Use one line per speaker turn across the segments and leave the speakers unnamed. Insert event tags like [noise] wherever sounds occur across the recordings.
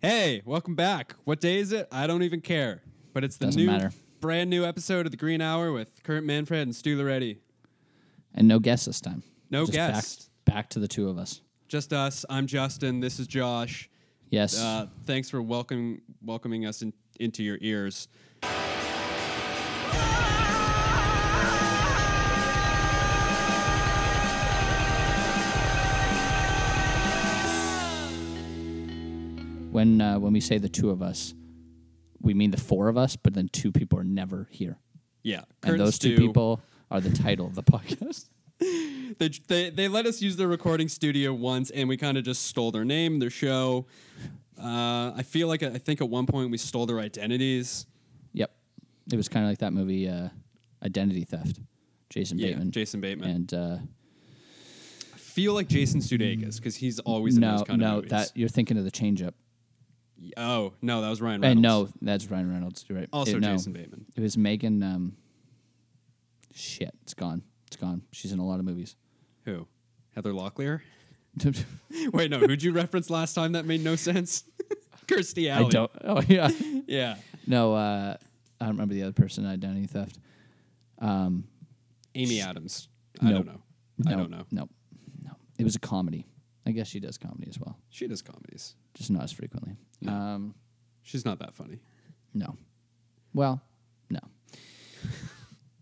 Hey, welcome back. What day is it? I don't even care. But it's the
Doesn't
new,
matter.
brand new episode of the Green Hour with Kurt Manfred and Stu Loretti.
And no guest this time.
No
Just back-
guest.
Back, to the two of us.
Just us. I'm Justin. This is Josh.
Yes.
Uh, thanks for welcome, welcoming us in, into your ears.
when uh, when we say the two of us, we mean the four of us, but then two people are never here.
Yeah, Kurt
And those
Stu,
two people are the title of the [laughs] podcast.
They, they they let us use their recording studio once, and we kind of just stole their name, their show. Uh, I feel like I think at one point we stole their identities.
Yep. It was kind of like that movie, uh, Identity Theft. Jason
Yeah,
Bateman.
Jason Bateman.
And uh,
I feel like Jason Sudeikis because he's always in
no,
those kind of
no,
movies.
that you're thinking of the change up.
Oh no, that was Ryan Reynolds.
And no, that's Ryan Reynolds. You're right.
also
It- no.
Jason Bateman.
It was Megan. Um, shit, it's gone. It's gone. She's in a lot of movies. [laughs]
Who? Heather Locklear? [laughs] Wait, no. Who'd you reference last time? That made no sense. [laughs] Kirstie
I
Alley.
don't. Oh
[laughs]
yeah.
Yeah.
No, uh, I don't remember the other person. Identity theft. Um,
Amy Adams. I
No.
don't know.
no,
I don't know.
No, no. It was a comedy. I guess she does comedy as well,
She does comedies.
just not as frequently.
No.
Um,
She's not that funny.
no. Well, no.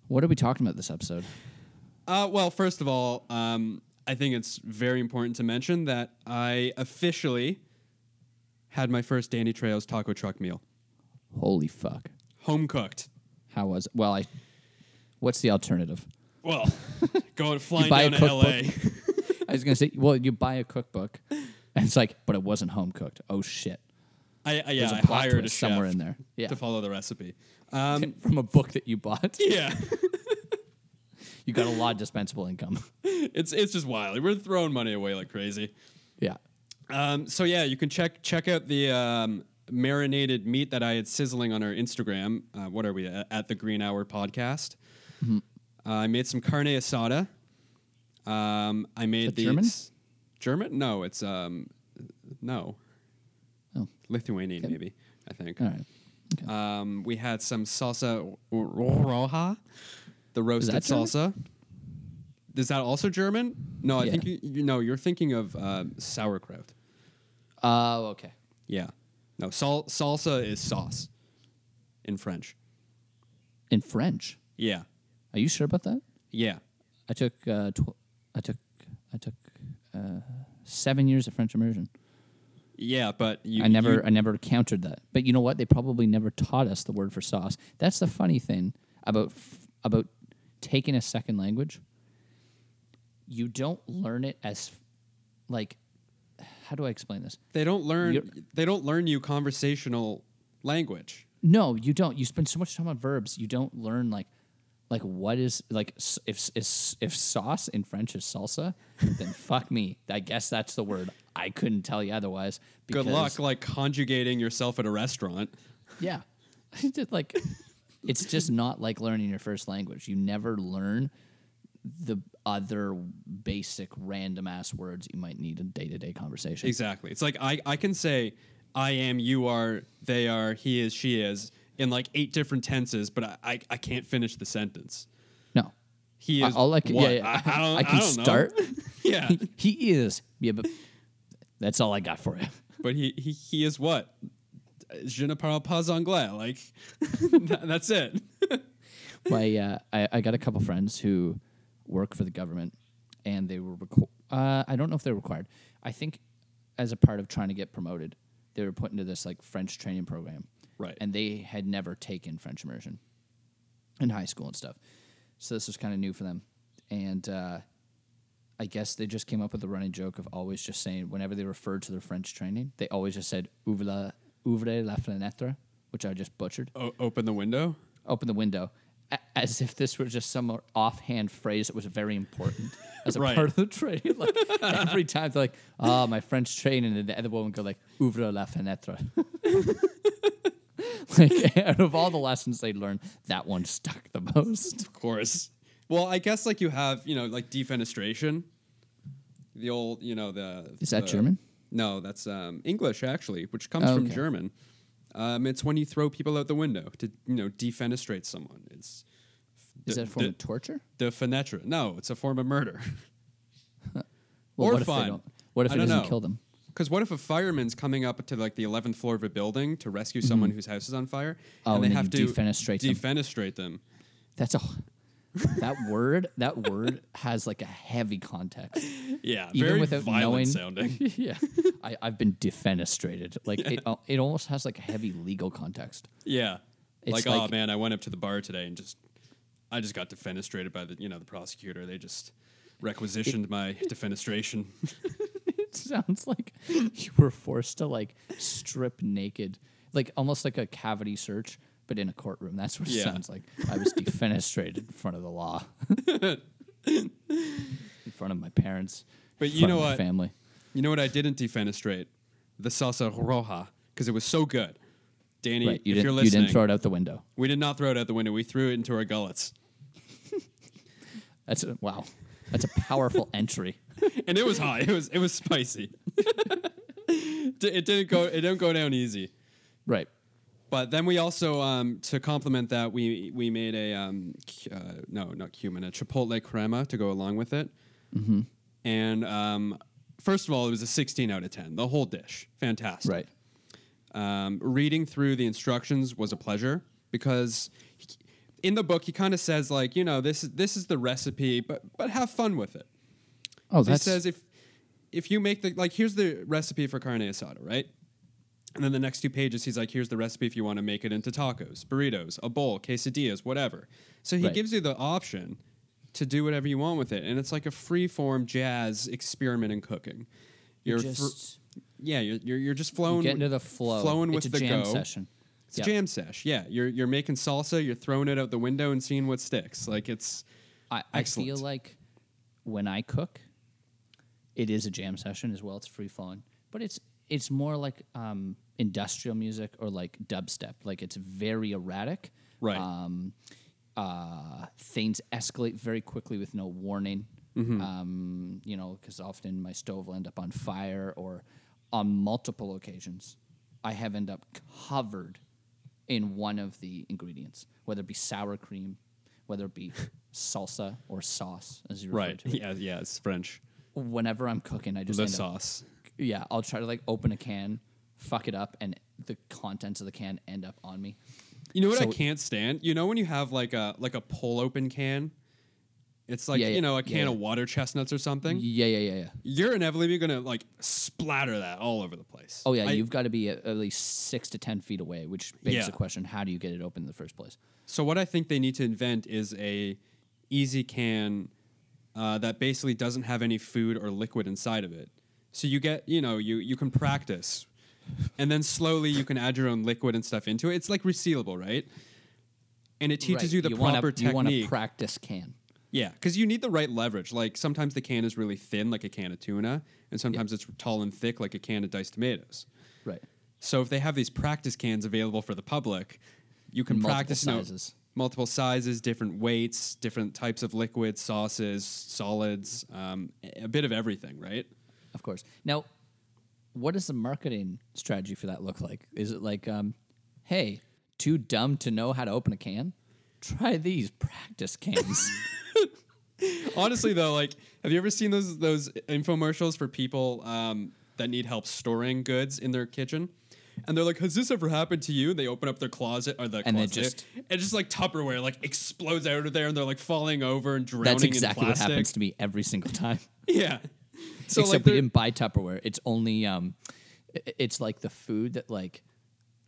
what are we talking about this episode?
Uh, well, first of all, um, I think it's very important to mention that I officially had my first Danny Trejo's taco truck meal,
Holy fuck!
home cooked.
How was? Well, I. What's the alternative? [laughs]
Well, going flying
buy a
down to LA.
cookbook. [laughs] I was gonna say, well, you buy a cookbook, and it's like, but it wasn't home cooked. Oh shit!
I, I
There's
yeah,
a
I
plot
hired a
twist
chef
somewhere in there. Yeah,
to follow the recipe. Um, [laughs]
[laughs] from a book that you bought,
yeah. [laughs]
you got a lot of dispensable
[laughs]
income.
it's it's just wild. We're throwing money away like crazy.
yeah,
Um, so yeah, you can check check out the um, marinated meat that I had sizzling on our Instagram. Uh, what are we at, at the Green Hour podcast?
Mm-hmm.
Uh, I made some carne asada. Um, I made
that
the
German?
German? No, it's um, no.
Oh.
Lithuanian maybe. I think.
all right.
Um, we had some salsa ro- ro- roja, the roasted
that German?
salsa. Is that also German? No, I
Yeah.
think you, you know you're thinking of um, sauerkraut.
Oh,
Uh,
okay.
Yeah, no, sal- salsa is sauce in French.
In French,
Yeah,
are you sure about that?
yeah.
I took, uh, tw- I took, I took uh, seven years of French immersion.
Yeah, but you
I never,
you-
I never countered that. But you know what? They probably never taught us the word for sauce. That's the funny thing about f- about taking a second language. You don't learn it as, f- like, how do I explain this?
they don't
You're-
learn they don't learn you conversational language.
No, you don't. You spend so much time on verbs. You don't learn like, like what is like s- if s- is, if sauce in French is salsa,
[laughs]
then fuck me. I guess that's the word. I couldn't tell you otherwise.
Good
because-
luck like conjugating yourself at a restaurant.
Yeah, [laughs] Just, like it's just not like learning your first language. You never learn the other basic random ass words you might need in day to day conversation.
Exactly. It's like I, I can say I am, you are, they are, he is, she is in like eight different tenses, but I, I, I can't finish the sentence.
No,
He
I-
is.
all I can-
can,
yeah, yeah.
[laughs] I, I don't,
I can
don't know.
start. [laughs]
[laughs] yeah.
he is. Yeah, but that's all I got for you.
But he, he, he is what? Je ne parle pas anglais. Like, [laughs] that- that's it.
[laughs] my uh, I, I got a couple friends who work for the government, and they were reco- uh, I don't know if they're required. I think as a part of trying to get promoted, they were put into this like French training program,
Right.
And they had never taken French immersion in high school and stuff, so this was kind of new for them. And uh, I guess they just came up with the running joke of always just saying whenever they referred to their French training, they always just said "ouvre la, ouvrez la fenêtre," which I just butchered
O- open the window.
open the window a- as if this were just some offhand phrase that was very [laughs] important as a
Right.
part of the training. [laughs] Like every time they're like, "Oh, my French training," and the other woman go like, "Ouvre la fenêtre." [laughs] like [laughs] out of all the lessons they learned, that one stuck the most.
Of course. Well, I guess like you have, you know, like defenestration. The old, you know, the.
Is that
the-
German?
No, that's um, English actually, which comes
Oh,
from
okay.
German. Um, it's when you throw people out the window to you know defenestrate someone. It's
Is
the-
that a form
the-
of torture?
the fenetra. No, it's a form of murder. [laughs]
[laughs] Well,
or
what If
fun.
they don't, what if
I
it
don't
doesn't
know.
kill them?
Because what if a fireman's coming up to like the eleventh floor of a building to rescue someone whose house is on fire,
Mm-hmm. Oh,
and they
and then
have
you
to
defenestrate them.
defenestrate them.
That's a that word. That word has like a heavy context.
Yeah,
Even
very
without
violent
knowing-
sounding. [laughs]
[laughs] yeah, I, I've been defenestrated. Like it, al- it almost has like a heavy legal context.
Yeah,
It's
like, oh
like-
man, I went up to the bar today and just I just got defenestrated by the you know the prosecutor. They just requisitioned
[laughs]
my defenestration. [laughs]
It [laughs] sounds like you were forced to like strip naked, like almost like a cavity search, but in a courtroom. That's what it
Yeah.
sounds like. I was defenestrated in front of
[laughs]
the law, in front of my parents,
But
in
you
front
know
of my
what?
family.
You know what I didn't defenestrate? The salsa roja because it was so good. Danny,
Right?
if you're
You didn't. You
listening,
didn't throw it out the window.
we did not throw it out the window. We threw it into our gullets,
That's a, wow. That's a powerful
[laughs]
entry.
and it was hot. [laughs] It was it was spicy. [laughs] D- it didn't go. It didn't go down easy.
Right.
But then we also, um, to complement that, we we made a um, cu- uh, no, not cumin, a chipotle crema to go along with it. Mm-hmm. And um, first of all, it was a 16 out of 10. The whole dish, fantastic.
Right.
Um, reading through the instructions was a pleasure because he- in the book he kind of says like, you know, this is this is the recipe, but but have fun with it.
Oh,
He
that's
says if if you make the like here's the recipe for carne asada, right? And then the next two pages he's like here's the recipe if you want to make it into tacos, burritos, a bowl, quesadillas, whatever. So he
Right.
gives you the option to do whatever you want with it and it's like a free form jazz experiment in cooking. You're, fr-
just
yeah, you're, you're you're just flowing
you get into the flow.
flowing with
it's a
the
jam
go.
session.
It's a
Yeah.
jam sesh. Yeah, you're you're making salsa, you're throwing it out the window and seeing what sticks. Like it's
I, I feel
Excellent.
like when I cook, it is a jam session as well. It's free flowing, but it's it's more like um, industrial music or like dubstep. Like it's very erratic.
Right.
Um, uh, things escalate very quickly with no warning.
Mm-hmm.
Um, you know, because often my stove will end up on fire, or on multiple occasions, I have end up covered in one of the ingredients, whether it be sour cream, whether it be [laughs] salsa or sauce, as you refer
right.
to it.
Yeah, yeah, it's French.
Whenever I'm cooking, I just
The
end up
sauce.
yeah, I'll try to like open a can, fuck it up, and the contents of the can end up on me.
You know what I
So-
can't stand? You know when you have like a like a pull open can? It's like,
Yeah, yeah,
you know,
yeah,
a can
yeah.
of water chestnuts or something.
Yeah, yeah, yeah, yeah.
You're inevitably gonna like splatter that all over the place.
Oh yeah,
I-
you've got to be at, at least six to ten feet away, which begs
Yeah.
the question: How do you get it open in the first place?
So what I think they need to invent is a easy can uh, that basically doesn't have any food or liquid inside of it. So you get, you know, you you can practice, and then slowly you can add your own liquid and stuff into it. It's like resealable, right? And it teaches
Right,
you the
wanna-
proper
You want a
technique.
practice can.
yeah, because you need the right leverage. Like sometimes the can is really thin, like a can of tuna, and sometimes it's tall and thick, like a can of diced tomatoes.
Right.
So if they have these practice cans available for the public, you can
Multiple
practice you know,
sizes.
multiple sizes, different weights, different types of liquids, sauces, solids, um, a bit of everything, right?
Of course. Now, what does the marketing strategy for that look like? Is it like, um, hey, too dumb to know how to open a can? Try these
[laughs]
practice cans.
Honestly, though, like, have you ever seen those those infomercials for people um, that need help storing goods in their kitchen? And they're like, "Has this ever happened to you?" And they open up their closet or the
And they
closet,
just-
and just like Tupperware like explodes out of there, and they're like falling over and drowning
That's
in
exactly what
plastic.
happens to me every single time.
Yeah. So
Except
like
we
they're-
didn't buy Tupperware. It's only um, i- i- it's like the food that like,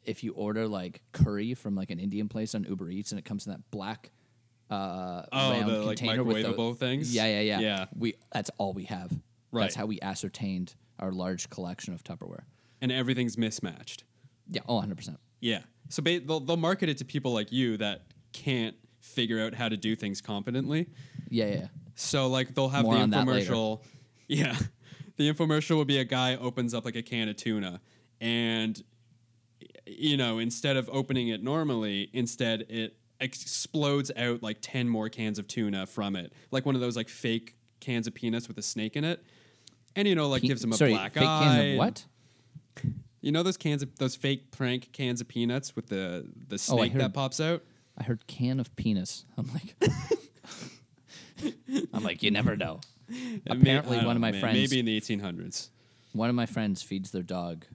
if you order like curry from like an Indian place on Uber Eats and it comes in that black, uh,
Oh,
round
the, like,
container with the-
microwavable things?
Yeah, yeah, yeah,
Yeah.
We that's all we have.
Right.
That's how we ascertained our large collection of Tupperware.
and everything's mismatched.
Yeah, oh, 100 percent.
Yeah. So ba- they'll, they'll market it to people like you that can't figure out how to do things competently.
Yeah, yeah, yeah.
So like they'll have
More
the
on that later.
infomercial. [laughs] Yeah. The infomercial will be a guy opens up like a can of tuna and y- you know, instead of opening it normally, instead it explodes out like 10 more cans of tuna from it. Like one of those like fake cans of peanuts with a snake in it. and you know, like
Pe-
gives him a
sorry,
black
fake
eye.
cans of
and-
what?
You know those cans of those fake prank cans of peanuts with the the
Oh, I
snake
heard-
that pops out.
I heard can of penis. I'm like, [laughs] I'm like, you never know.
It may-
Apparently,
I don't
one of
know,
my
man,
friends,
maybe in the 1800s.
one of my friends feeds their dog,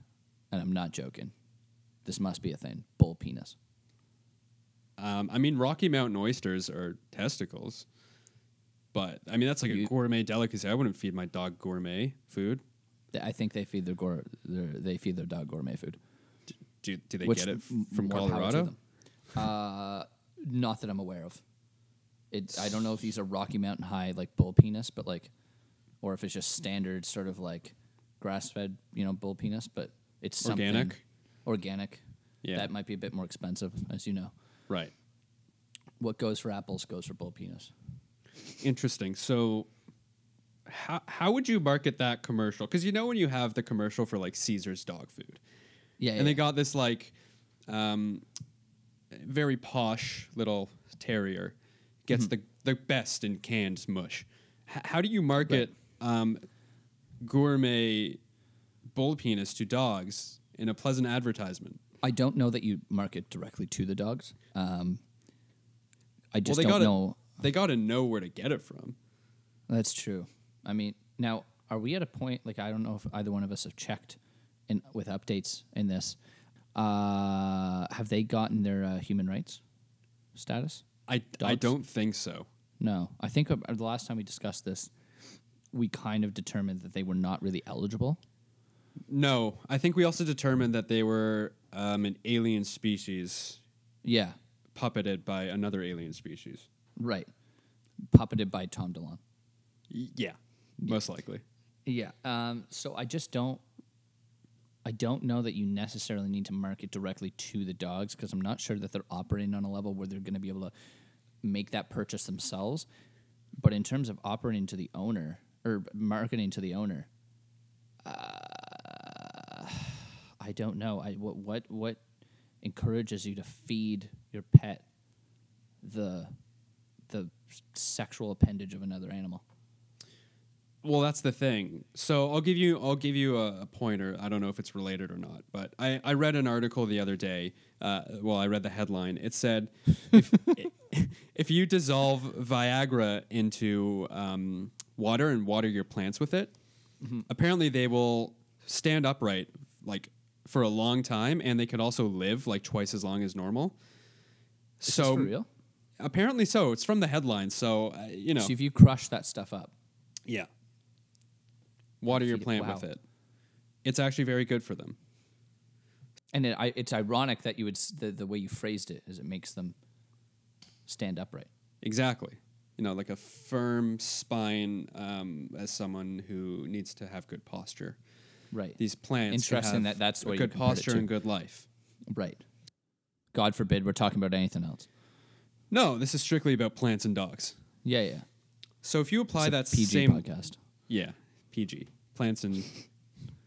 and I'm not joking. This must be a thing. Bull penis.
Um, I mean, Rocky Mountain oysters are testicles, but I mean that's like
You-
a gourmet delicacy. I wouldn't feed my dog gourmet food.
Th- I think they feed their, gour their they feed their dog gourmet food.
Do, do they
Which
get it f-
m-
from
more power to
Colorado?
them. Uh, not that I'm aware of. It, I don't know if these are Rocky Mountain High like bull penis, but like, or if it's just standard sort of like grass fed, you know, bull penis. But it's something
Organic?
Organic.
Yeah.
That might be a bit more expensive, as you know.
Right.
What goes for apples goes for bull penis.
Interesting. So, how how would you market that commercial? Because you know when you have the commercial for like Caesar's dog food,
Yeah.
and they got this like um, very posh little terrier gets
Mm-hmm.
the the best in canned mush. H- how do you market um, gourmet bull penis to dogs in a pleasant advertisement?
I don't know that you market directly to the dogs. Um, I just
they
don't
gotta-
know.
They got to know where to get it from.
That's true. I mean, now are we at a point? Like, I don't know if either one of us have checked in with updates in this. Uh, have they gotten their uh, human rights status?
I I
Dogs?
don't think so.
No, I think uh, the last time we discussed this, we kind of determined that they were not really eligible.
No, I think we also determined that they were um, an alien species
Yeah,
puppeted by another alien species.
right. Puppeted by Tom DeLonge.
Y- yeah, most likely.
Yeah. Um, so I just don't. I don't know that you necessarily need to market directly to the dogs because I'm not sure that they're operating on a level where they're going to be able to make that purchase themselves. But in terms of operating to the owner or marketing to the owner, uh, I don't know. I what what what encourages you to feed your pet the the sexual appendage of another animal?
Well, that's the thing. So I'll give you I'll give you a, a pointer. I don't know if it's related or not, but I, I read an article the other day. Uh, well, I read the headline. It said if, [laughs] if you dissolve Viagra into um, water and water your plants with it,
Mm-hmm.
apparently they will stand upright like for a long time, and they could also live like twice as long as normal.
Is this
so
for real.
apparently, so it's from the headline. So uh, you know,
So if you crush that stuff up,
yeah. Water your
Feed it-
plant
wow.
with it. It's actually very good for them.
and it, I, it's ironic that you would s- the, the way you phrased it is it makes them stand upright.
Exactly. You know, like a firm spine um, as someone who needs to have good posture.
Right.
These plants should
Interesting
have
that that's
a
what you
good
compared it
posture
to.
and good life.
right. God forbid we're talking about anything else.
No, this is strictly about plants and dogs.
Yeah, yeah.
So if you apply
It's a
that
PG
same
podcast.
yeah, PG plants
[laughs]
and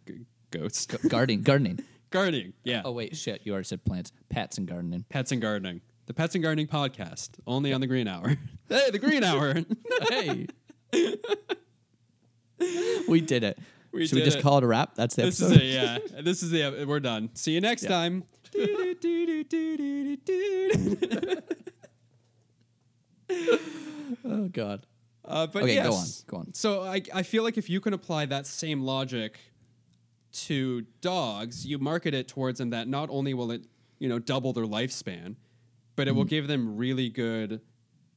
g- goats
G- gardening, gardening.
gardening yeah
Oh wait, shit! You already said plants, pets,
[laughs]
and gardening.
pets and gardening the pets and gardening podcast only on the Green
[laughs]
Hour hey the Green Hour
hey, [laughs] we did it.
We
Should we
did
just
it.
call it a wrap? That's the
This
episode.
is [laughs] it. Yeah. This is the. ep- We're done. See you next time.
[laughs] Oh god.
uh, but
Okay, go
yes.
on, go on.
So I, I feel like if you can apply that same logic to dogs, you market it towards them that not only will it you know double their lifespan, but it will
Mm-hmm.
give them really good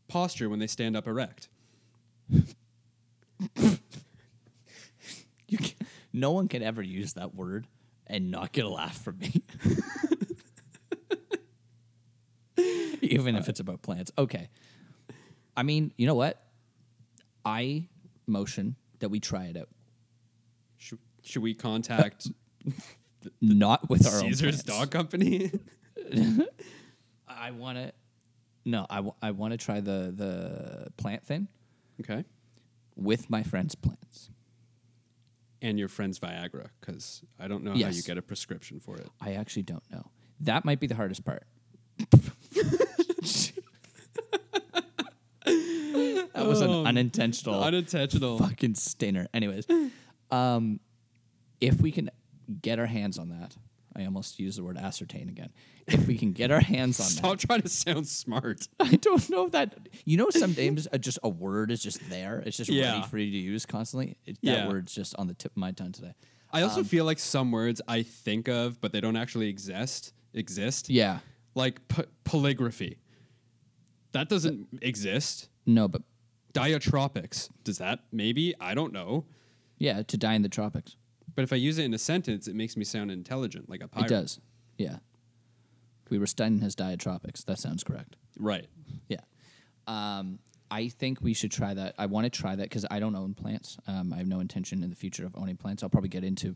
posture when they stand up erect.
You can, no one can ever use that word and not get a laugh from me. [laughs] Even if it's about plants. Okay. I mean, you know what? I motion that we try it out.
Should, should we contact
Not with [laughs] our
Caesar's
own
Dog
plants. [laughs]
Company?
I want to No, I want to try the the plant thing
okay.
with my friend's plants.
And your friend's Viagra, because I don't know how you
Yes.
get a prescription for it.
I actually don't know. That might be the hardest part. [laughs] that was an unintentional
Unintentional.
fucking stinner. Anyways, Um, if we can get our hands on that, I almost used the word ascertain again. If we can get our hands on that,
Stop trying to sound smart.
I don't know that you know some names uh, just a word is just there. It's just
Yeah.
ready for you to use constantly. It, that
Yeah.
word's just on the tip of my tongue today.
I also
Um,
feel like some words I think of, but they don't actually exist. Exist.
Yeah.
Like p- polygraphy. That doesn't exist.
No, but
Diatropics. Does that maybe? I don't know.
yeah, to die in the tropics.
But if I use it in a sentence, it makes me sound intelligent, like a pirate.
It does. Yeah. We were studying his diatropics. That sounds correct.
Right.
Yeah. Um, I think we should try that. I want to try that because I don't own plants. Um, I have no intention in the future of owning plants. I'll probably get into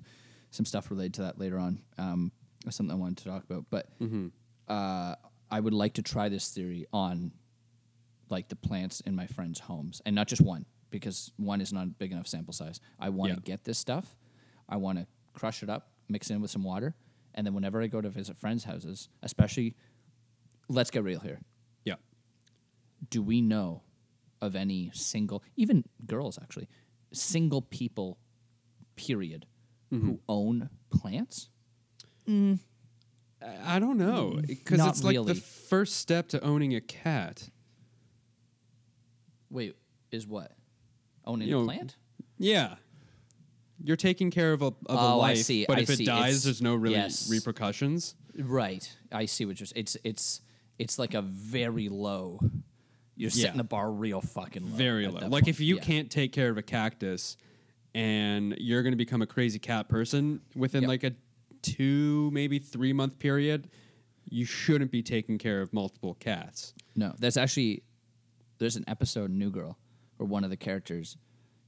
some stuff related to that later on. Um, that's something I wanted to talk about, but uh, I would like to try this theory on like the plants in my friends' homes, and not just one because one is not a big enough sample size. I want to
Yeah.
get this stuff. I want to crush it up, mix it in with some water, and then whenever I go to visit friends' houses, especially, let's get real here
Yeah.
do we know of any single, even girls actually, single people, period,
Mm-hmm.
who own plants?
I I don't know because
Not
it's like
really.
the first step to owning a cat.
Wait, is what? Owning
You
a
know,
plant?
Yeah. You're taking care of a of a
Oh, I
life,
see,
but
I
if
see.
it dies,
It's-
there's no really
yes.
repercussions.
Right. I see what you're saying. It's, it's, it's like a very low. You're
Yeah.
setting the bar real fucking low.
Very
at
low.
that
Like
point.
if you
Yeah.
can't take care of a cactus, and you're going to become a crazy cat person within
Yep.
like a two maybe three month period, you shouldn't be taking care of multiple cats.
No, that's actually there's an episode in New Girl where one of the characters,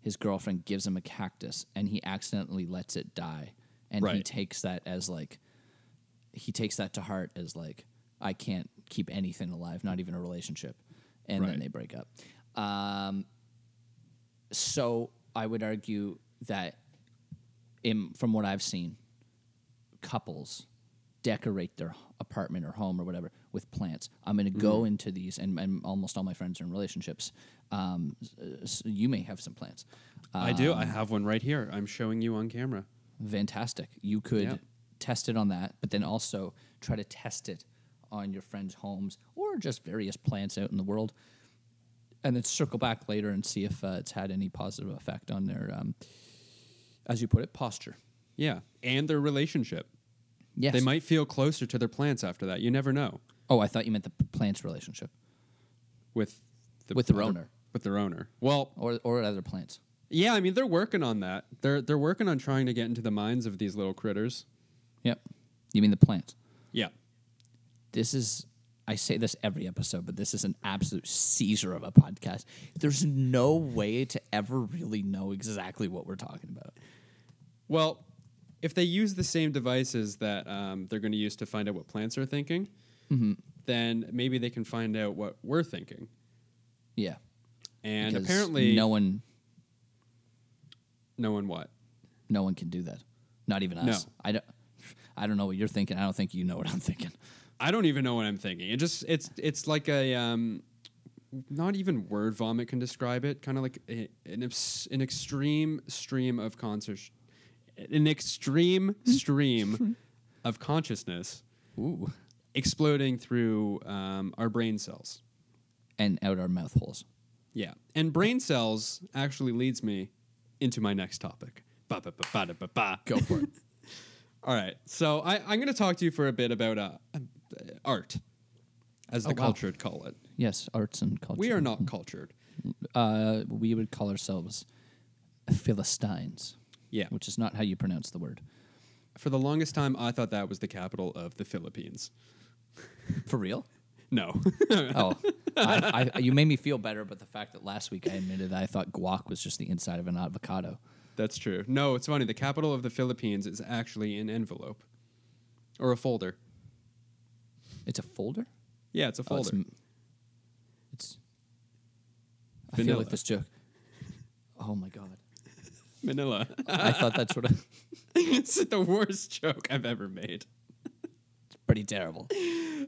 his girlfriend gives him a cactus and he accidentally lets it die, and he
Right.
takes that as like he takes that to heart as like I can't keep anything alive, not even a relationship, and then
Right.
they break up. Um, so I would argue that, in, from what I've seen, couples decorate their h- apartment or home or whatever with plants. I'm going to go into these, and, and almost all my friends are in relationships. Um, s- s- you may have some plants.
I do.
Ah.
I have one right here. I'm showing you on camera.
Fantastic. You could
Yeah.
test it on that, but then also try to test it on your friends' homes or just various plants out in the world, and then circle back later and see if uh, it's had any positive effect on their, um, as you put it, posture.
Yeah, and their relationship.
Yes.
They might feel closer to their plants after that. You never know
Oh, I thought you meant the p- plants relationship
with the,
With their
other-
owner.
With their owner. Well,
or or other plants.
yeah. I mean, they're working on that. They're they're working on trying to get into the minds of these little critters.
Yep. You mean the plants.
Yeah.
this is I say this every episode, but this is an absolute seizure of a podcast. There's no way to ever really know exactly what we're talking about.
Well, if they use the same devices that um, they're going to use to find out what plants are thinking,
Mm-hmm.
then maybe they can find out what we're thinking.
Yeah.
And
because
apparently,
no one
no one what.
no one can do that. Not even us.
No.
I don't I don't know what you're thinking. I don't think you know what I'm [laughs] thinking.
I don't even know what I'm thinking. It just it's it's like a um, not even word vomit can describe it. Kind of like a, an obs- an extreme stream of concert, an
[laughs]
extreme stream of consciousness
Ooh.
exploding through um, our brain cells.
And out our mouth holes.
Yeah, and brain cells actually leads me into my next topic. Ba, ba, ba, ba, da, ba, ba.
Go for it.
[laughs] All right, so I, I'm going to talk to you for a bit about uh, uh, art, as the
Oh, wow.
cultured call it.
yes, arts and culture.
We are not cultured.
uh, we would call ourselves Philistines.
Yeah.
Which is not how you pronounce
[laughs]
the word.
For the longest time, I thought that was the capital of the Philippines.
For
[laughs]
real?
No.
Oh, I, I, you made me feel better about the fact that last week I admitted that I thought guac was just the inside of an avocado.
That's true. No, it's funny. The capital of the Philippines is actually an envelope or a folder.
It's a folder.
Yeah, it's a
Oh, it's,
folder.
m- it's. I feel
Vanilla.
like this joke. Oh my god!
Manila. [laughs]
I thought that's what. I, it's
it's the worst joke I've ever made.
pretty terrible.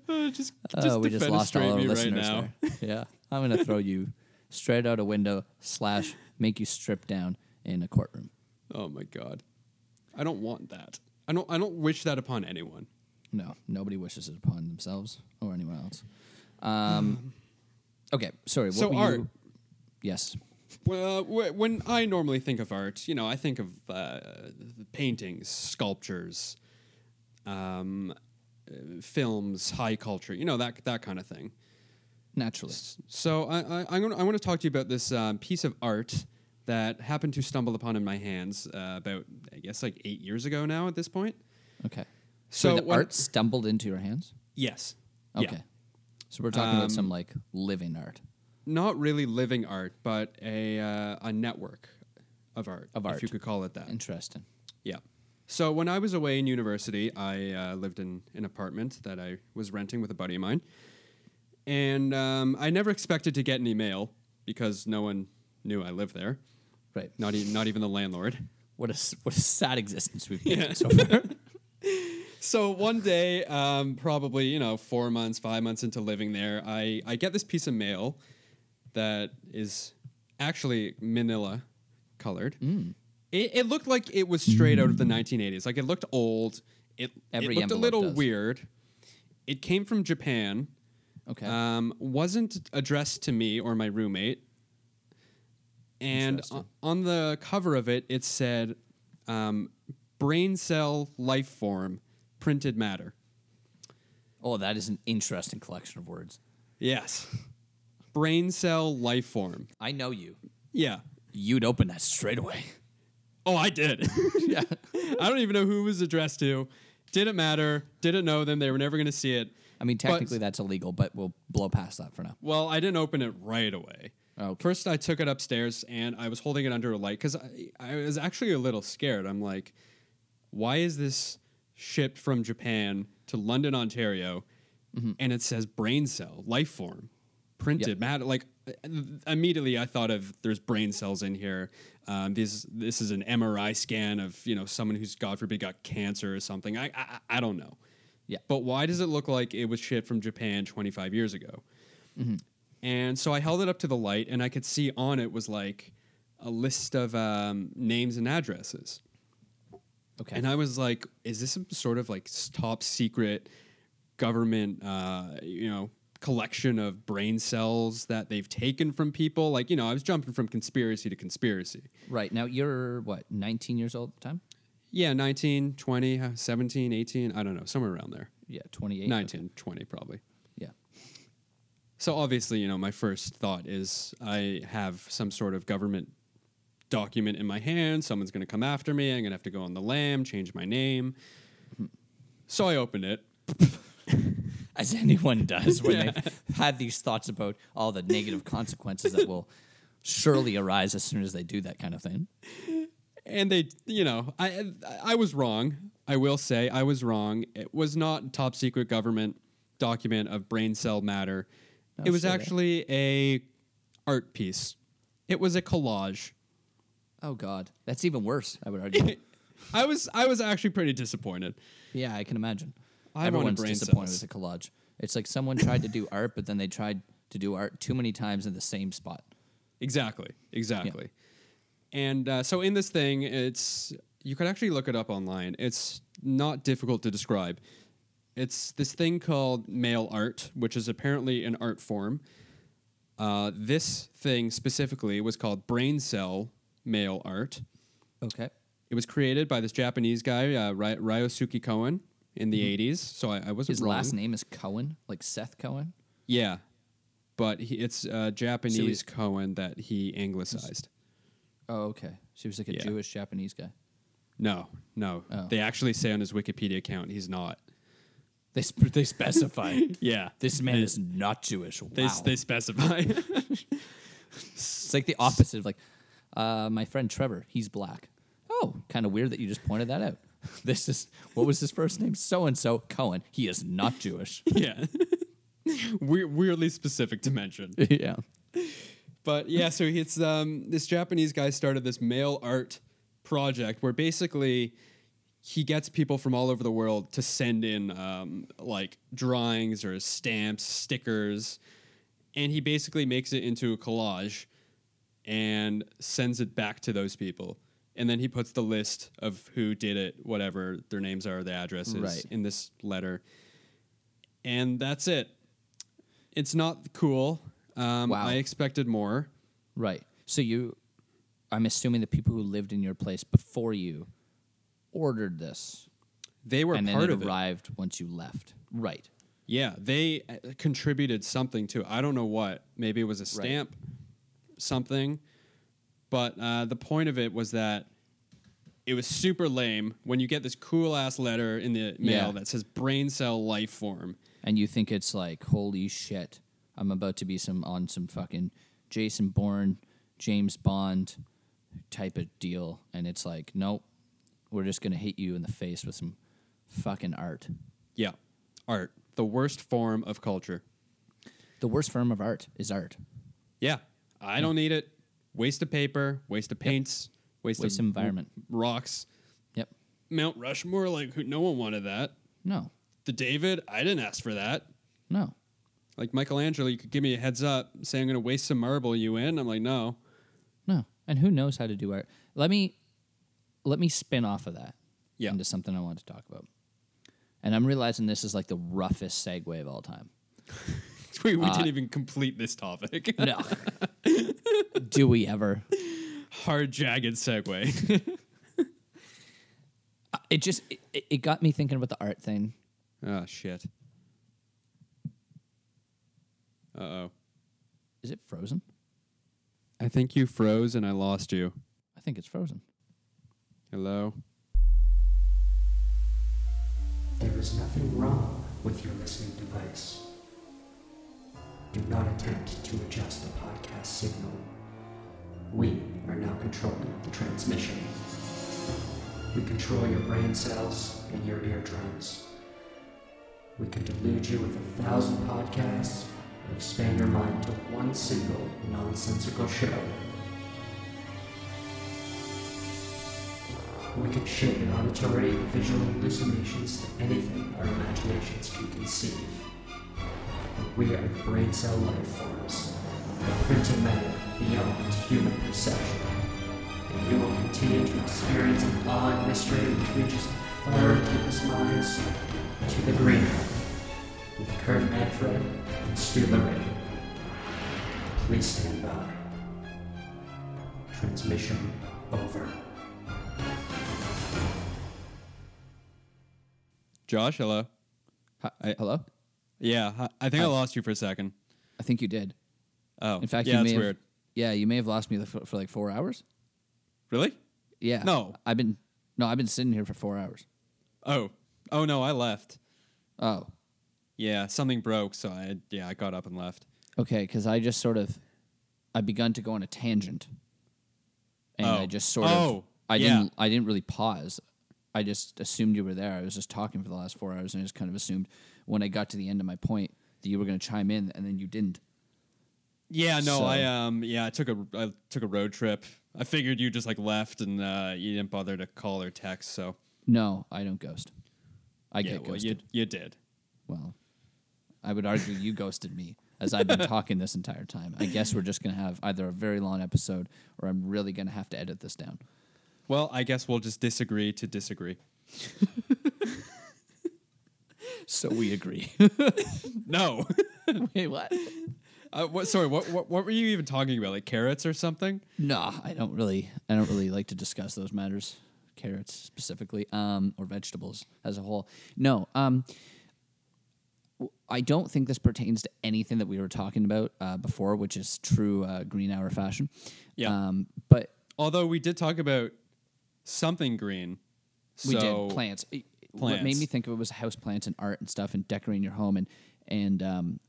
Uh, just, just
Oh, we just lost all
defenestrate
our
me right
listeners
now.
there. [laughs] Yeah, I'm gonna throw you straight out a window slash make you strip down in a courtroom.
Oh my god. I don't want that. I don't I don't wish that upon anyone.
No, nobody wishes it upon themselves or anyone else. [sighs] Um, okay, sorry. What
So
were
art.
You? Yes.
Well, uh, wh- when I normally think of art, you know, I think of uh, paintings, sculptures, um, uh, films, high culture, you know, that that kind of thing.
Naturally.
So I, I, I'm gonna, I want to talk to you about this um, piece of art that happened to stumble upon in my hands uh, about, I guess, like eight years ago now at this point.
Okay.
So
So, the
when-
art stumbled into your hands?
Yes. Yeah.
Okay. So we're talking about some like living art.
Not really living art, but a, uh, a network of art.
Of
If
art.
you could call it that.
Interesting.
Yeah. So when I was away in university, I uh, lived in an apartment that I was renting with a buddy of mine, and um, I never expected to get any mail because no one knew I lived there,
Right.
not even not even the landlord.
What a s- what a sad existence we've made so [laughs] far.
So one day, um, probably you know four months, five months into living there, I I get this piece of mail that is actually Manila colored.
Mm.
It, it looked like it was straight out of the 1980s. Like it looked old. It,
Every
it looked a
envelope
little
does.
weird. It came from Japan.
Okay.
Um, wasn't addressed to me or my roommate. And
Interesting.
o- on the cover of it, it said, um, "Brain cell life form, printed matter."
oh, that is an interesting collection of words.
Yes. Brain cell life form.
I know you.
Yeah.
You'd open that straight away.
Oh, I did.
[laughs]
[laughs]
yeah.
I don't even know who it was addressed to. Didn't matter. Didn't know them. They were never going to see it.
I mean, technically that's illegal, but we'll blow past that for now.
Well, I didn't open it right away.
Oh, Okay.
First, I took it upstairs and I was holding it under a light because I, I was actually a little scared. I'm like, why is this shipped from Japan to London, Ontario,
Mm-hmm.
and it says brain cell, life form, printed matter? Like, uh, immediately I thought of there's brain cells in here. Um, this this is an MRI scan of you know someone who's God forbid got cancer or something. I I, I don't know.
Yeah.
But why does it look like it was shipped from Japan 25 years ago? And so I held it up to the light, and I could see on it was like a list of um, names and addresses.
Okay.
And I was like, is this some sort of like s- top secret government, uh, you know, collection of brain cells that they've taken from people? Like, you know, I was jumping from conspiracy to conspiracy.
right. Now you're what, 19 years old at the time?
Yeah, 19, 20, uh, 17, 18, I don't know, somewhere around there.
Yeah, 28.
19, 20 probably.
Yeah.
So obviously, you know, my first thought is I have some sort of government document in my hand. Someone's going to come after me. I'm going to have to go on the lam, change my name. So I opened it.
as anyone does when they've had these thoughts about all the negative consequences that will surely arise as soon as they do that kind of thing.
and they you know i i was wrong i will say i was wrong it was not top secret government document of brain cell matter
No
it was
shit, eh?
actually a art piece it was a collage
Oh God, that's even worse. I would [laughs] argue.
i was i was actually pretty disappointed
yeah, I can imagine.
I wanted
Everyone's
brain
disappointed
cells.
with a collage. It's like someone tried to do [laughs] art, but then they tried to do art too many times in the same spot.
Exactly. Exactly. And uh, so in this thing, it's you could actually look it up online. It's not difficult to describe. It's this thing called mail art, which is apparently an art form. Uh, this thing specifically was called brain cell mail art.
Okay.
It was created by this Japanese guy, uh, Ry- Ryosuke Cohen, in the 80s. So I, I wasn't
Mm-hmm. His last
wrong.
name is Cohen, like Seth Cohen.
Yeah. But he, it's uh, Japanese Cohen that he anglicized.
Oh, okay. So he was like a
Yeah.
Jewish Japanese guy.
No, no.
Oh.
They actually say on his Wikipedia account he's not.
They sp- they specify [laughs]
Yeah.
this man is not Jewish. Wow.
They, they specify. [laughs]
It's like the opposite of like uh, my friend Trevor. He's black. Oh, kind of weird that you just pointed that out. [laughs] This is what was his first name? So and so Cohen. He is not Jewish.
yeah. [laughs] Weir- weirdly specific to mention.
[laughs] yeah.
But yeah, so it's um, this Japanese guy started this mail art project where basically he gets people from all over the world to send in um, like drawings or stamps, stickers, and he basically makes it into a collage and sends it back to those people. and then he puts the list of who did it, whatever their names are, the addresses
Right.
in this letter, and that's it. It's not cool. Um,
Wow.
I expected more.
Right. So you, I'm assuming the people who lived in your place before you ordered this,
They were
and then
part
it
of it.
arrived once you left. Right.
Yeah, they uh, contributed something to it. I don't know what. Maybe it was a stamp, something. But uh, the point of it was that it was super lame when you get this cool ass letter in the mail
Yeah.
that says brain cell life form.
And you think it's like, holy shit, I'm about to be some on some fucking Jason Bourne, James Bond type of deal, and it's like, nope, we're just gonna hit you in the face with some fucking art.
Yeah, art, the worst form of culture.
The worst form of art is art.
Yeah, I don't need it. Waste of paper, waste of paints, waste,
Waste
of
environment.
rocks.
Yep.
Mount Rushmore, like who? No one wanted that.
No.
The David, I didn't ask for that.
No.
Like Michelangelo, you could give me a heads up, say I'm going to waste some marble. You in? I'm like, no. [laughs]
No. And who knows how to do art? Let me let me spin off of that
Yeah.
into something I want to talk about. And I'm realizing this is like the roughest segue of
[laughs]
all time.
We, we didn't even complete this [laughs] topic.
No. [laughs] do we ever?
Hard jagged segue. [laughs]
It just it- it, it got me thinking about the art thing.
oh shit. Uh oh.
Is it frozen?
I think you froze and I lost you.
I think it's frozen.
Hello.
There is nothing wrong with your listening device. Do not attempt to adjust the podcast signal. We are now controlling the transmission. We control your brain cells and your eardrums. We can delude you with a thousand podcasts and expand your mind to one single nonsensical show. We can shape an auditory and visual hallucinations to anything our imaginations can conceive. We are the brain cell life forms that print a man beyond human perception. And you will continue to experience an odd mystery which reaches far into his minds to the green room with Kurt Manfred and Stu Lorraine. Please stand by. Transmission over.
Josh, hello.
Hi,
I-
hello?
Yeah, hi- I think I lost you for a second.
I think you did.
Oh.
In fact,
yeah,
you
that's
may
weird.
Have, yeah, you may have lost me the- for, for like four hours.
Really?
Yeah.
No.
I've been no, I've been sitting here for four hours.
Oh. Oh no, I left.
Oh,
Yeah, something broke, so I yeah, I got up and left.
okay. Because I just sort of, I begun to go on a tangent, and I
Oh.
just sort of,
Oh,
I
yeah.
didn't, I didn't really pause. I just assumed you were there. I was just talking for the last four hours, and I just kind of assumed when I got to the end of my point that you were going to chime in, and then you didn't.
Yeah, no,
So-
I um, yeah, I took a I took a road trip. I figured you just like left and uh, you didn't bother to call or text. So
No, I don't ghost. I
yeah,
get
well,
ghosted.
you you did.
Well, I would argue you ghosted me as I've been talking this entire time. I guess we're just going to have either a very long episode or I'm really going to have to edit this down.
Well, I guess we'll just disagree to disagree.
So we agree.
No,
[laughs]
[laughs]
Wait, what?
uh, what? Sorry, what, what what were you even talking about? Like carrots or something?
No, I don't really I don't really like to discuss those matters, carrots specifically, um or vegetables as a whole. No, um w- I don't think this pertains to anything that we were talking about uh, before, which is true uh, green hour fashion.
Yeah.
Um, but
Although we did talk about something green.
We
so-
did plants. It- What made
Plants.
me think of it was house plants and art and stuff and decorating your home and and um,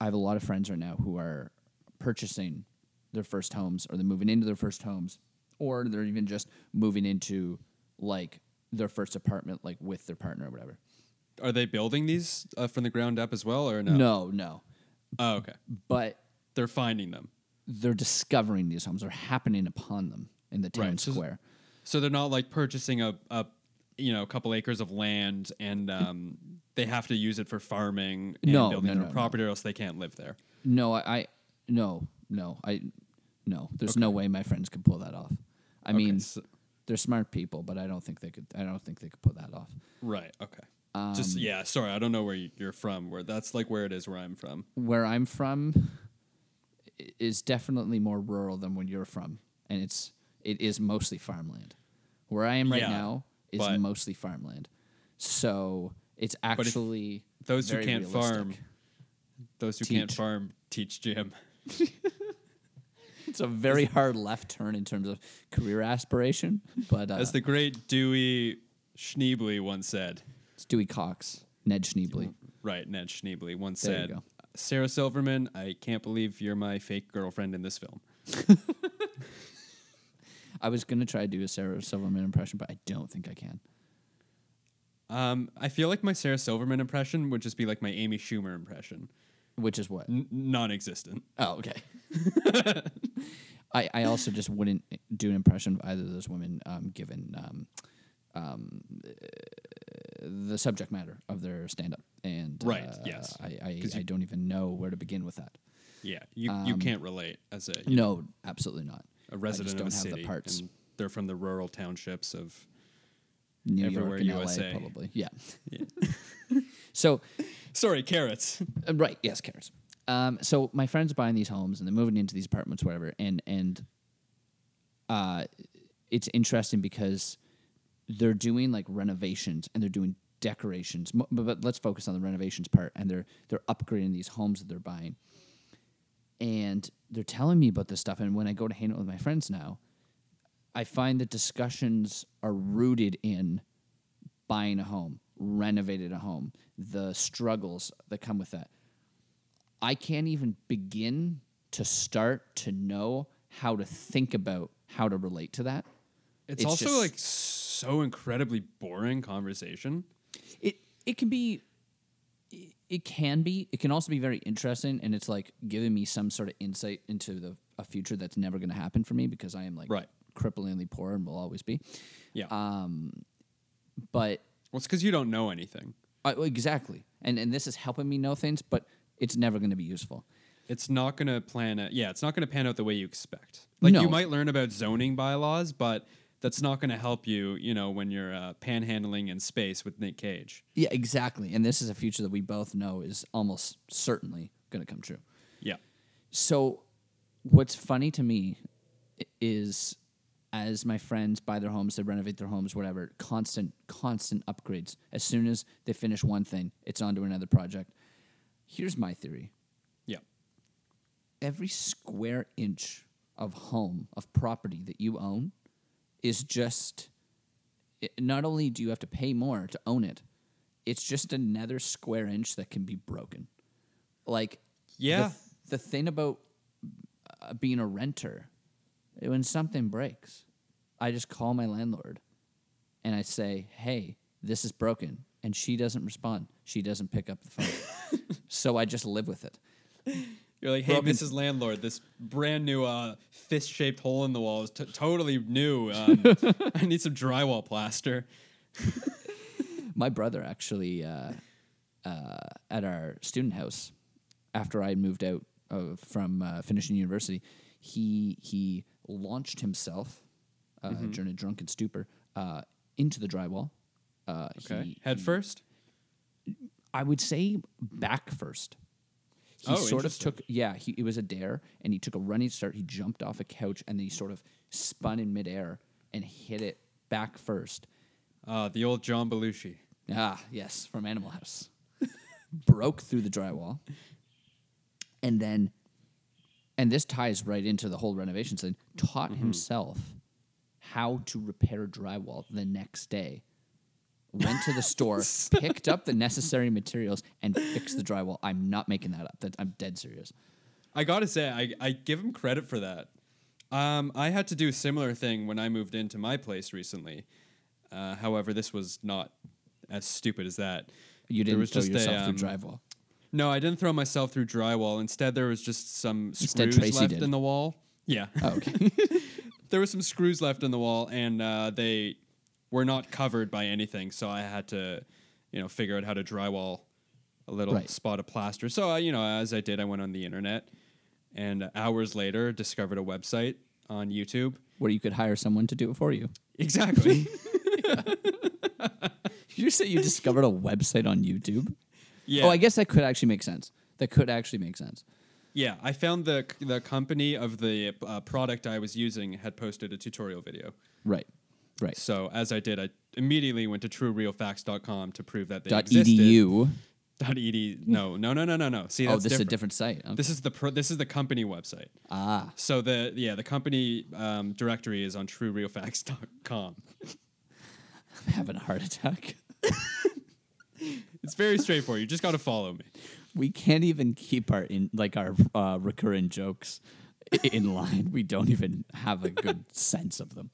I have a lot of friends right now who are purchasing their first homes or they're moving into their first homes or they're even just moving into like their first apartment like with their partner or whatever.
Are they building these uh, from the ground up as well, or no?
No, no.
Oh, okay.
But
They're finding them,
they're discovering these homes are happening upon them in the town
Right, so-
square.
so they're not like purchasing a a you know a couple acres of land and um, they have to use it for farming and
No,
building
no,
their
no, no.
property, or else they can't live there.
No, I, I no, no, I, no. There's no way my friends could pull that off. I mean,
so,
They're smart people, but I don't think they could. I don't think they could put that off.
Right. Okay.
Um,
Just yeah. Sorry, I don't know where y- you're from. Where that's like where it is where I'm from.
Where I'm from i- is definitely more rural than where you're from, and it's it is mostly farmland. Where I am right
Yeah,
now is
but-
mostly farmland, so it's
if
actually
Those who
very
can't
realistic.
farm, those who can't
Teach.
farm, teach gym.
[laughs] It's a very hard left turn in terms of career aspiration, but uh,
As the great Dewey Schneebly once said.
it's Dewey Cox, Ned Schneebly.
Right, Ned Schneebly once
There you
said,
go.
Sarah Silverman, I can't believe you're my fake girlfriend in this film.
I was gonna try to do a Sarah Silverman impression, but I don't think I can.
Um, I feel like my Sarah Silverman impression would just be like my Amy Schumer impression,
Which is what?
N- non-existent.
Oh, okay. [laughs] I, I also just wouldn't do an impression of either of those women, um, given um, um, the subject matter of their stand-up. And
Right,
uh,
yes.
I I,
'Cause
I
you-
don't even know where to begin with that.
Yeah, you you can't relate as a
Um, No, absolutely not.
a resident
I
of a
just
city.
don't have the parts.
And they're from the rural townships of.
New
everywhere
York and
USA.
LA, probably. Yeah. [laughs] so
Sorry, carrots.
Uh, right. Yes, Karen's. Um, so my friends buying these homes and they're moving into these apartments, whatever, and and uh, it's interesting because they're doing like renovations and they're doing decorations. Mo- But, but let's focus on the renovations part, and they're they're upgrading these homes that they're buying, and they're telling me about this stuff. And when I go to hang out with my friends now, I find that discussions are rooted in buying a home, renovated a home, the struggles that come with that. I can't even begin to start to know how to think about how to relate to that.
[laughs] It's,
It's
also
just-
like so incredibly boring conversation.
It it can be it- it can be it can also be very interesting and it's like giving me some sort of insight into the a future that's never going to happen for me because I am like
Right.
cripplingly poor and will always be.
Yeah.
But
Uh, well, it's because you don't know anything.
I, Uh, exactly. And and this is helping me know things, but it's never going to be useful.
It's not going to plan out. Yeah, it's not going to pan out the way you expect. Like you
No.
might learn about zoning bylaws, but that's not going to help you. You know, when you're uh, panhandling in space with Nick Cage.
Yeah, exactly. And this is a future that we both know is almost certainly going to come true.
Yeah.
So, what's funny to me i- is as my friends buy their homes, they renovate their homes, whatever, constant, constant upgrades. As soon as they finish one thing, it's on to another project. Here's my theory
Yeah.
every square inch of home of property that you own is just it- not only do you have to pay more to own it it's just another square inch that can be broken like
Yeah.
the, the thing about uh, being a renter when something breaks i just call my landlord and i say hey this is broken and she doesn't respond she doesn't pick up the phone so i just live with it
You're like, hey,
Broken-
Mrs. Landlord, this brand new uh, fist shaped hole in the wall is t- totally new. Um, I need some drywall plaster.
My brother actually uh, uh, at our student house after I moved out of, from uh, finishing university, he he launched himself uh,
Mm-hmm.
during a drunken stupor uh, into the drywall. Uh,
Okay.
he-
Head
he-
first?
I would say back first. He
Oh,
sort of
interesting.
took yeah, he, it was a dare and he took a running start, he jumped off a couch and then he sort of spun in midair and hit it back first.
Uh, the old John Belushi.
Ah, yes, from Animal House. [laughs] Broke through the drywall. And then, and this ties right into the whole renovation thing, taught himself how to repair drywall the next day. Went to the [laughs] store, picked up the necessary materials, and fixed the drywall. I'm not making that up. That I'm dead serious.
I gotta say, I, I give him credit for that. Um, I had to do a similar thing when I moved into my place recently. Uh, however, this was not as stupid as that.
You
There
didn't
was
throw
just a,
yourself
um,
through drywall.
No, I didn't throw myself through drywall. Instead, there was just some
Instead,
screws
Tracy
left
did.
in the wall. Yeah.
Oh, okay.
[laughs]
[laughs]
there were some screws left in the wall and uh, they were not covered by anything so i had to you know figure out how to drywall a little
Right.
spot of plaster so I, you know as i did i went on the internet and hours later discovered a website on YouTube. [laughs]
where you could hire someone to do it for you.
Exactly.
Did [laughs] you say you discovered a website on YouTube?
yeah.
Oh, I guess that could actually make sense. That could actually make sense.
Yeah, I found the the company of the uh, product I was using had posted a tutorial video.
Right. Right.
So as I did, I immediately went to truerealfacts.com to prove that they
Dot
existed.
edu.
Dot edu. No, no, no, no, no, no. See,
Oh,
that's
this is a different site. Okay.
This is the pro- this is the company website.
ah.
So the yeah the company um, directory is on truerealfacts.com.
I'm [laughs] having a heart attack.
It's very straightforward. You just got to follow me.
We can't even keep our in like our uh, recurrent jokes i- in line. We don't even have
[laughs]
a good sense of them.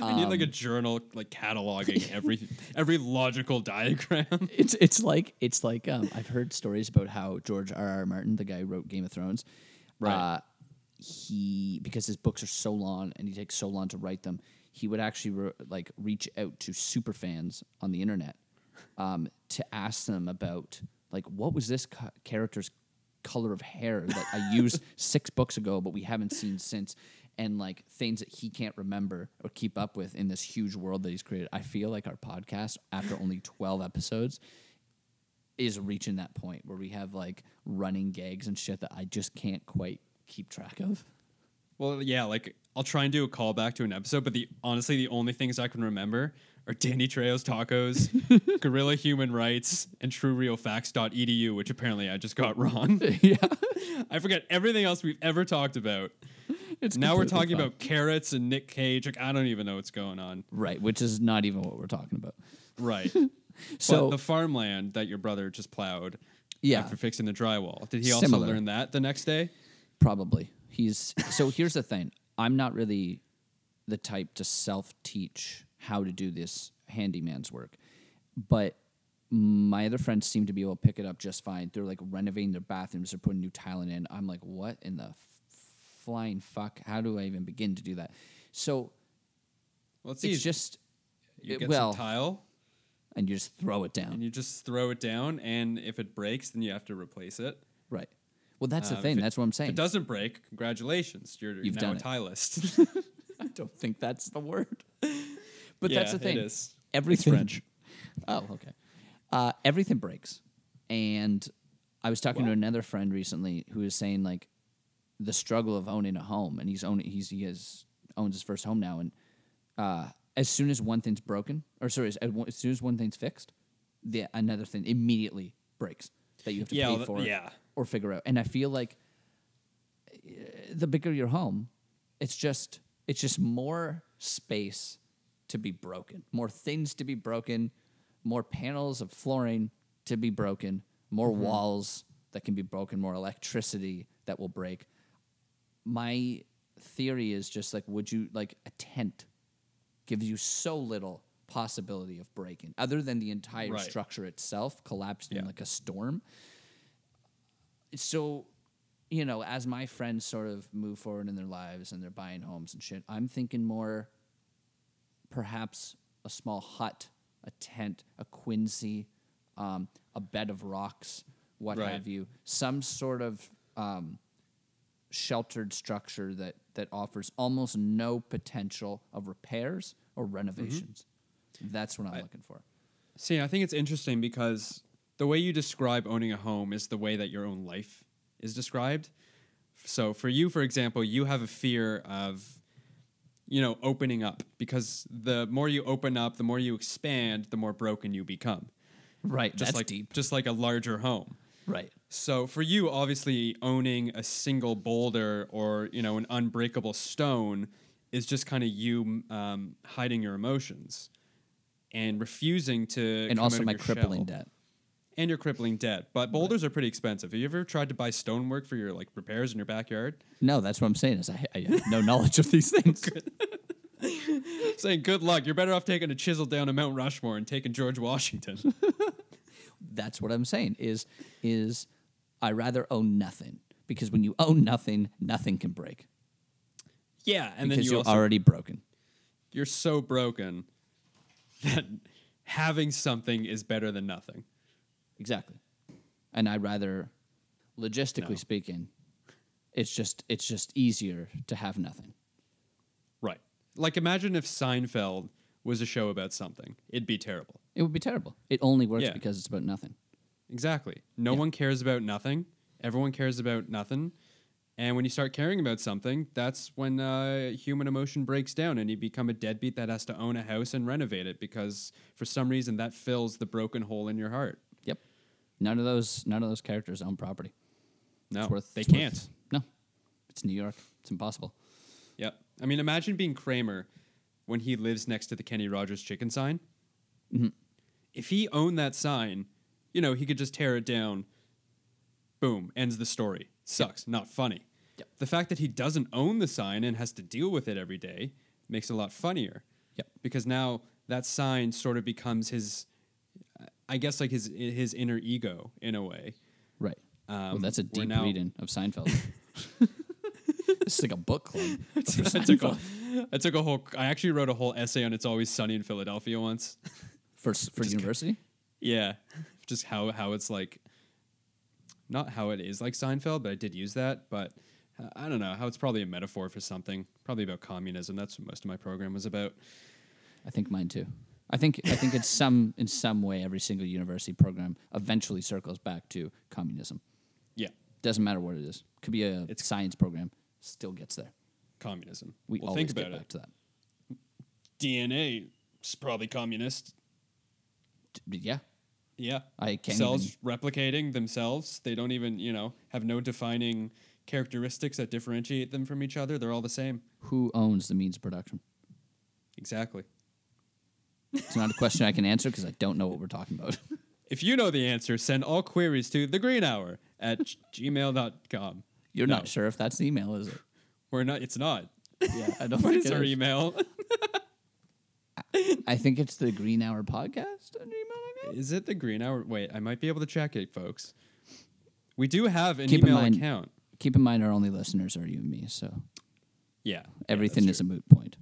I need
Um.
like a journal like
[laughs]
cataloging every every logical diagram.
It's it's like it's like um, I've heard stories about how George R. R. Martin, the guy who wrote Game of Thrones,
Right.
Uh, he because his books are so long and he takes so long to write them, he would actually re- like reach out to super fans on the internet um, to ask them about like what was this ca- character's color of hair that
[laughs]
I used six books ago but we haven't seen since. And like things that he can't remember or keep up with in this huge world that he's created. I feel like our podcast, after only 12 episodes, is reaching that point where we have like running gags and shit that I just can't quite keep track of. [laughs]
Well, yeah, like I'll try and do a callback to an episode, but the honestly, the only things I can remember are Danny Trejo's
[laughs]
tacos, Gorilla Human Rights, and TrueRealFacts.edu, which apparently I just got wrong.
[laughs] yeah,
I forget everything else we've ever talked about.
it's
now we're
completely
talking
fine.
about carrots and Nick Cage. Like I don't even know what's going on.
right, which is not even what we're talking about. [laughs]
Right.
So-
but the farmland that your brother just plowed.
Yeah.
After fixing the drywall, did he also
Similar.
learn that the next day?
Probably he's so. Here's the thing: I'm not really the type to self-teach how to do this handyman's work, but my other friends seem to be able to pick it up just fine. They're like renovating their bathrooms, they're putting new tiling in. I'm like, what in the flying fuck? How do I even begin to do that? So
Well, it's,
it's
easy.
just
you
it-
get
well-
some tile
and you just throw it down.
and you just throw it down, and if it breaks, then you have to replace it.
Right. Well, that's the
Um,
thing.
if it-
That's what I'm
If
saying.
it doesn't break, congratulations. You're
You've
now
done
a
it.
tie list.
[laughs] I don't think that's the word. [laughs] but
Yeah,
that's the
it
thing.
is.
Everything.
French.
[laughs] Oh, okay. Uh, everything breaks, and I was talking to
Well-
another friend recently who was saying like the struggle of owning a home, and he's own he's he has owns his first home now, and uh, as soon as one thing's broken, or sorry, as, as soon as one thing's fixed, the another thing immediately breaks that you have to
Yeah,
pay
that-
for,
yeah.
or figure out. And I feel like the bigger your home, it's just it's just more space to be broken, more things to be broken, more panels of flooring to be broken, more
Mm-hmm.
walls that can be broken, more electricity that will break. My theory is just like would you like a tent gives you so little possibility of breaking other than the entire
Right.
structure itself collapsing in
Yeah.
like a storm so you know as my friends sort of move forward in their lives and they're buying homes and shit i'm thinking more perhaps a small hut a tent a quincy um, a bed of rocks what
Right.
have you some sort of um, sheltered structure that that offers almost no potential of repairs or
Mm-hmm.
renovations that's what i'm looking for
See, I think it's interesting because the way you describe owning a home is the way that your own life is described. So for you, for example, you have a fear of, you know, opening up because the more you open up, the more you expand, the more broken you become.
right
Just like just like a larger home.
right
So for you, obviously owning a single boulder or you know an unbreakable stone is just kind of you um, hiding your emotions and refusing to come
and
out
also
of
my
your
crippling
shell.
debt
and your crippling debt. But boulders are pretty expensive. Have you ever tried to buy stonework for your like repairs in your backyard? [laughs]
no that's what i'm saying is i, I have no knowledge of these things
Saying good luck, you're better off taking a chisel down to Mount Rushmore and taking George
[laughs]
Washington.
that's what I'm saying is is I rather own nothing because when you own nothing, nothing can break
yeah, and then
because
you
you're
also
already broken.
you're so broken that [laughs] having something is better than nothing.
Exactly. And I rather logistically
No.
speaking, it's just it's just easier to have nothing.
like imagine if Seinfeld was a show about something. It'd be terrible.
It would be terrible. It only works
Yeah.
because it's about nothing.
Exactly. No
Yeah.
one cares about nothing. Everyone cares about nothing. And when you start caring about something, that's when uh, human emotion breaks down and you become a deadbeat that has to own a house and renovate it because for some reason that fills the broken hole in your heart.
Yep. None of those none of those characters own property.
No,
It's worth
they
it's worth-
can't.
no. It's New York. It's impossible.
Yep. I mean, imagine being Kramer when he lives next to the Kenny Rogers chicken sign.
Mm-hmm.
If he owned that sign, you know, he could just tear it down. Boom, ends the story. Sucks, not funny.
Yep.
The fact that he doesn't own the sign and has to deal with it every day makes it a lot funnier.
Yep.
Because now that sign sort of becomes his, I guess, like his his inner ego in a way.
Right. well,
Um,
that's a
we're
deep
now-
reading
[laughs]
of Seinfeld. this is like a book club. for
I [laughs] took, a,
Seinfeld.
I took a whole. I actually wrote a whole essay on "It's Always Sunny in Philadelphia" once.
for s- for university.
Yeah, just how how it's like, not how it is like Seinfeld, but I did use that. But uh, I don't know how it's probably a metaphor for something, probably about communism. That's what most of my program was about.
I think mine too. I think I think in some in some way every single university program eventually circles back to communism.
Yeah,
Doesn't matter what it is. Could be a
It's-
science program. Still gets there.
communism.
We
well,
always
think about
get back
it.
to that.
DNA is probably communist.
D- but yeah,
Yeah,
I can't
cells
even-
replicating themselves. They don't even you know have no defining characteristics that differentiate them from each other. They're all the same.
who owns the means of production?
Exactly.
It's not a question I can answer because I don't know what we're talking about. [laughs]
If you know the answer, send all queries to the green hour at gmail.com.
You're
No.
not sure if that's the email, is it?
We're not. It's
[laughs]
not.
Yeah, I don't
What
think
is
it
our
is. [laughs]
email?
I think it's the Green Hour Podcast an email.
is it the green hour? Wait, I might be able to check it, folks. We do have an
Keep in
email
mind-
account.
Keep in mind, our only listeners are you and me, so
Yeah. yeah,
everything
that's
is a moot point.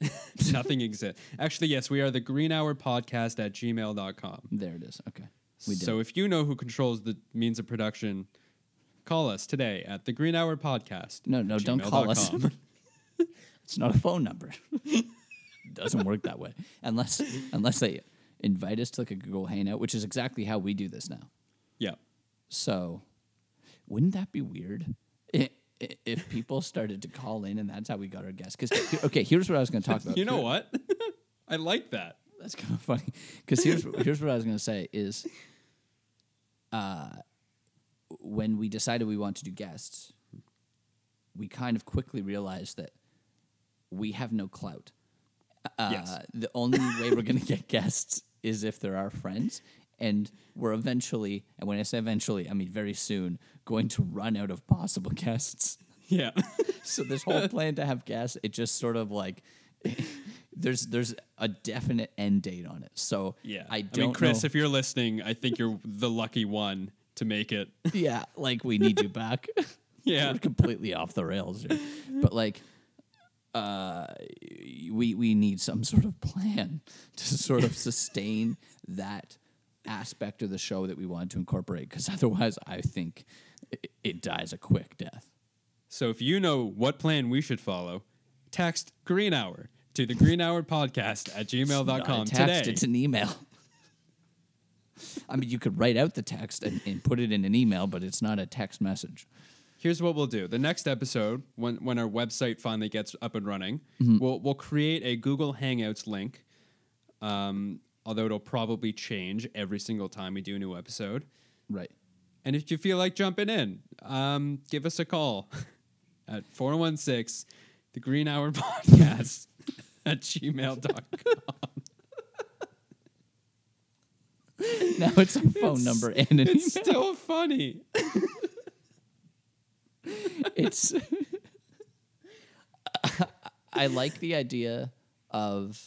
[laughs]
true. Nothing exists. Actually, yes, we are the green hour podcast at gmail.com.
There it is. Okay, we did.
So if you know who controls the means of production, call us today at the green hour podcast.
No,
at
no, don't call us.
gmail.com.
[laughs] it's not a
[laughs]
phone number. Doesn't work that way unless unless they invite us to like a Google Hangout, which is exactly how we do this now.
yeah.
So, wouldn't that be weird i- i- if people started to call in and that's how we got our guests? Because okay, here's what I was going to talk
[laughs]
about.
You know what? I like that.
that's kind of funny. Because here's here's what I was going to say is, uh, when we decided we want to do guests, we kind of quickly realized that we have no clout. Uh,
Yes.
The only way we're going to get guests is if they're our friends. And we're eventually, and when I say eventually, I mean very soon, going to run out of possible [laughs] guests.
Yeah. [laughs]
So this whole plan to have gas, it just sort of like [laughs] there's there's a definite end date on it. So
Yeah.
I don't
I mean, Chris,
know.
if you're listening, I think you're the lucky one to make it.
[laughs] yeah, like we need you back. [laughs]
Yeah.
We're completely off the rails, here. but like uh we we need some sort of plan [laughs] to sort of sustain that aspect of the show that we wanted to incorporate because otherwise I think it, it dies a quick death.
So if you know what plan we should follow, text Green Hour to the Green Hour Podcast at
Not a
gmail.com
text,
today.
It's an email. [laughs] I mean, you could write out the text and, and put it in an email, but it's not a text message.
Here's what we'll do. The next episode, when, when our website finally gets up and running,
Mm-hmm.
we'll, we'll create a Google Hangouts link, um, although it'll probably change every single time we do a new episode.
Right. [laughs]
And if you feel like jumping in, um, give us a call [laughs] at 416 the Green Hour [laughs] Podcast at
[laughs]
gmail.com.
Now it's a phone number and an
It's
email.
still funny.
[laughs] It's. I like the idea of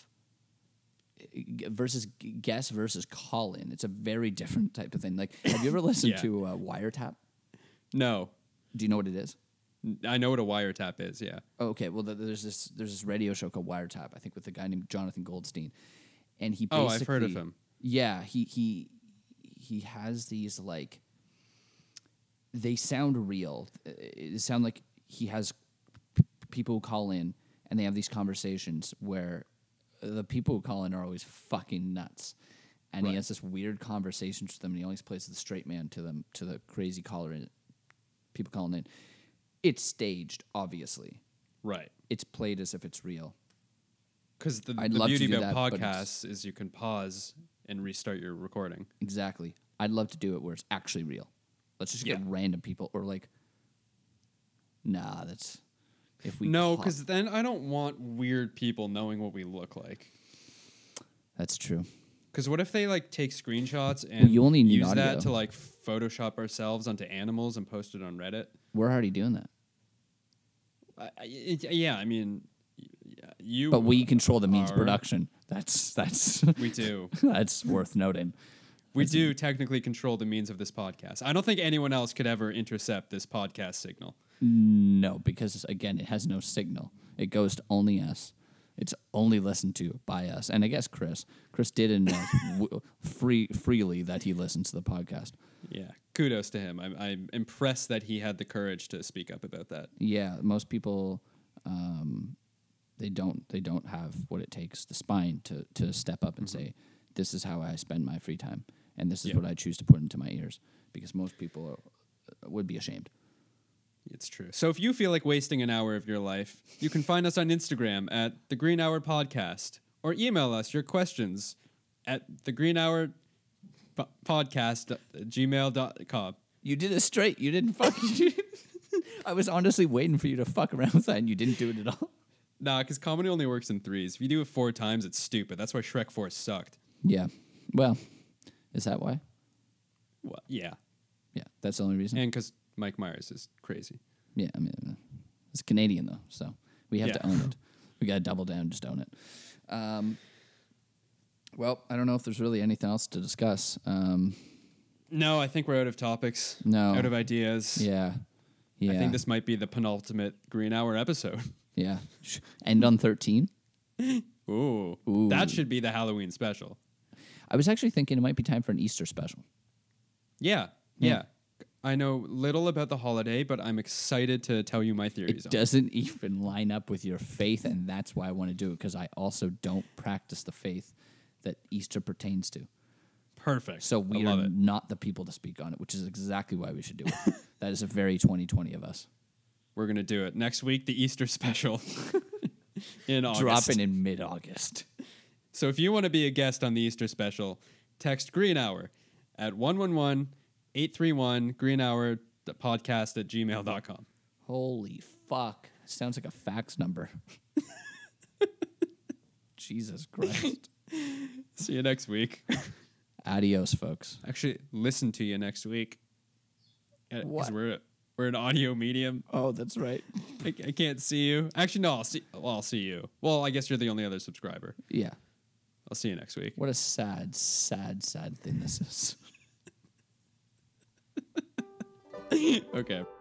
g- versus g- guess versus call in. It's a very different type of thing. Like, have you ever listened
Yeah.
to uh, Wiretap?
No.
Do you know what it is?
I know what a wiretap is, yeah.
Oh, okay. Well, th- there's this there's this radio show called Wiretap. I think with a guy named Jonathan Goldstein, and he
Oh,
basically,
I've heard of him.
Yeah, he he he has these like they sound real. Uh, It sound like he has p- people who call in and they have these conversations where the people who call in are always fucking nuts. And he
Right.
has this weird conversation with them, and he always plays the straight man to them, to the crazy caller, in, people calling in. It's staged, obviously.
Right.
It's played as if it's real.
Because the,
I'd
the
love to
beauty
do
about
that, but it's-
podcasts is you can pause and restart your recording.
Exactly. I'd love to do it where it's actually real. Let's just
Yeah.
get random people or like, nah, that's if we
No,
caught-
because then I don't want weird people knowing what we look like.
that's true.
Because what if they like take screenshots and
you only need
use that
audio.
to like Photoshop ourselves onto animals and post it on Reddit?
We're already doing that,
I, I- it- yeah, I mean, y- yeah, you.
but we control the means of
are-
production.
[laughs]
That's that's
We do.
that's worth noting.
We do technically control the means of this podcast. I don't think anyone else could ever intercept this podcast signal.
No, because again, it has no signal. It goes to only us. It's only listened to by us, and I guess Chris. Chris did admit w- free freely that he listens to the podcast.
Yeah, kudos to him. I'm, I'm impressed that he had the courage to speak up about that.
Yeah, most people, um, they don't they don't have what it takes the spine to to step up and say, "This is how I spend my free time, and this is
Yeah.
what I choose to put into my ears," because most people uh, would be ashamed.
It's true. So if you feel like wasting an hour of your life, you can find us on Instagram at the Green Hour Podcast or email us your questions at the Green Hour po- Podcast at gmail.com.
You did it straight. You didn't fuck. [laughs] you didn't- I was honestly waiting for you to fuck around [laughs] with that, and you didn't do it at all.
Nah, because comedy only works in threes. If you do it four times, it's stupid. That's why Shrek 4 sucked.
Yeah. Well, is that why?
Well, yeah.
Yeah, that's the only reason.
And because Mike Myers is crazy.
yeah, I mean, uh, it's Canadian though, so we have to
Yeah.
own it. We got to double down, just own it. Um, well, I don't know if there's really anything else to discuss. Um,
No, I think we're out of topics.
No.
Out of ideas.
yeah,
[laughs]
yeah,
I think this might be the penultimate Green Hour episode. [laughs]
yeah. Sh- End on thirteen.
Ooh.
Ooh.
That should be the Halloween special.
I was actually thinking it might be time for an Easter special.
Yeah,
Yeah.
yeah. I know little about the holiday, but I'm excited to tell you my theories.
It
on it.
doesn't even line up with your faith, and that's why I want to do it because I also don't practice the faith that Easter pertains to.
Perfect.
So
I
we
love
are
it.
not the people to speak on it, which is exactly why we should do
[laughs]
it. that is a very 2020 of us.
We're gonna do it next week. The Easter special [laughs] in August.
Dropping in mid August.
So if you want to be a guest on the Easter special, text Green Hour at 111-831 Green Hour podcast at gmail.com.
Holy fuck. Sounds like a fax number. [laughs] Jesus Christ.
See you next week.
Adios, folks.
[laughs] Actually, listen to you next week. Because
What?
we're we're an audio medium.
Oh, that's right.
I, I can't see you. Actually, no. I'll see. Well, I'll see you. Well, I guess you're the only other subscriber.
Yeah.
I'll see you next week.
What a sad, sad, sad thing this is.
Okay.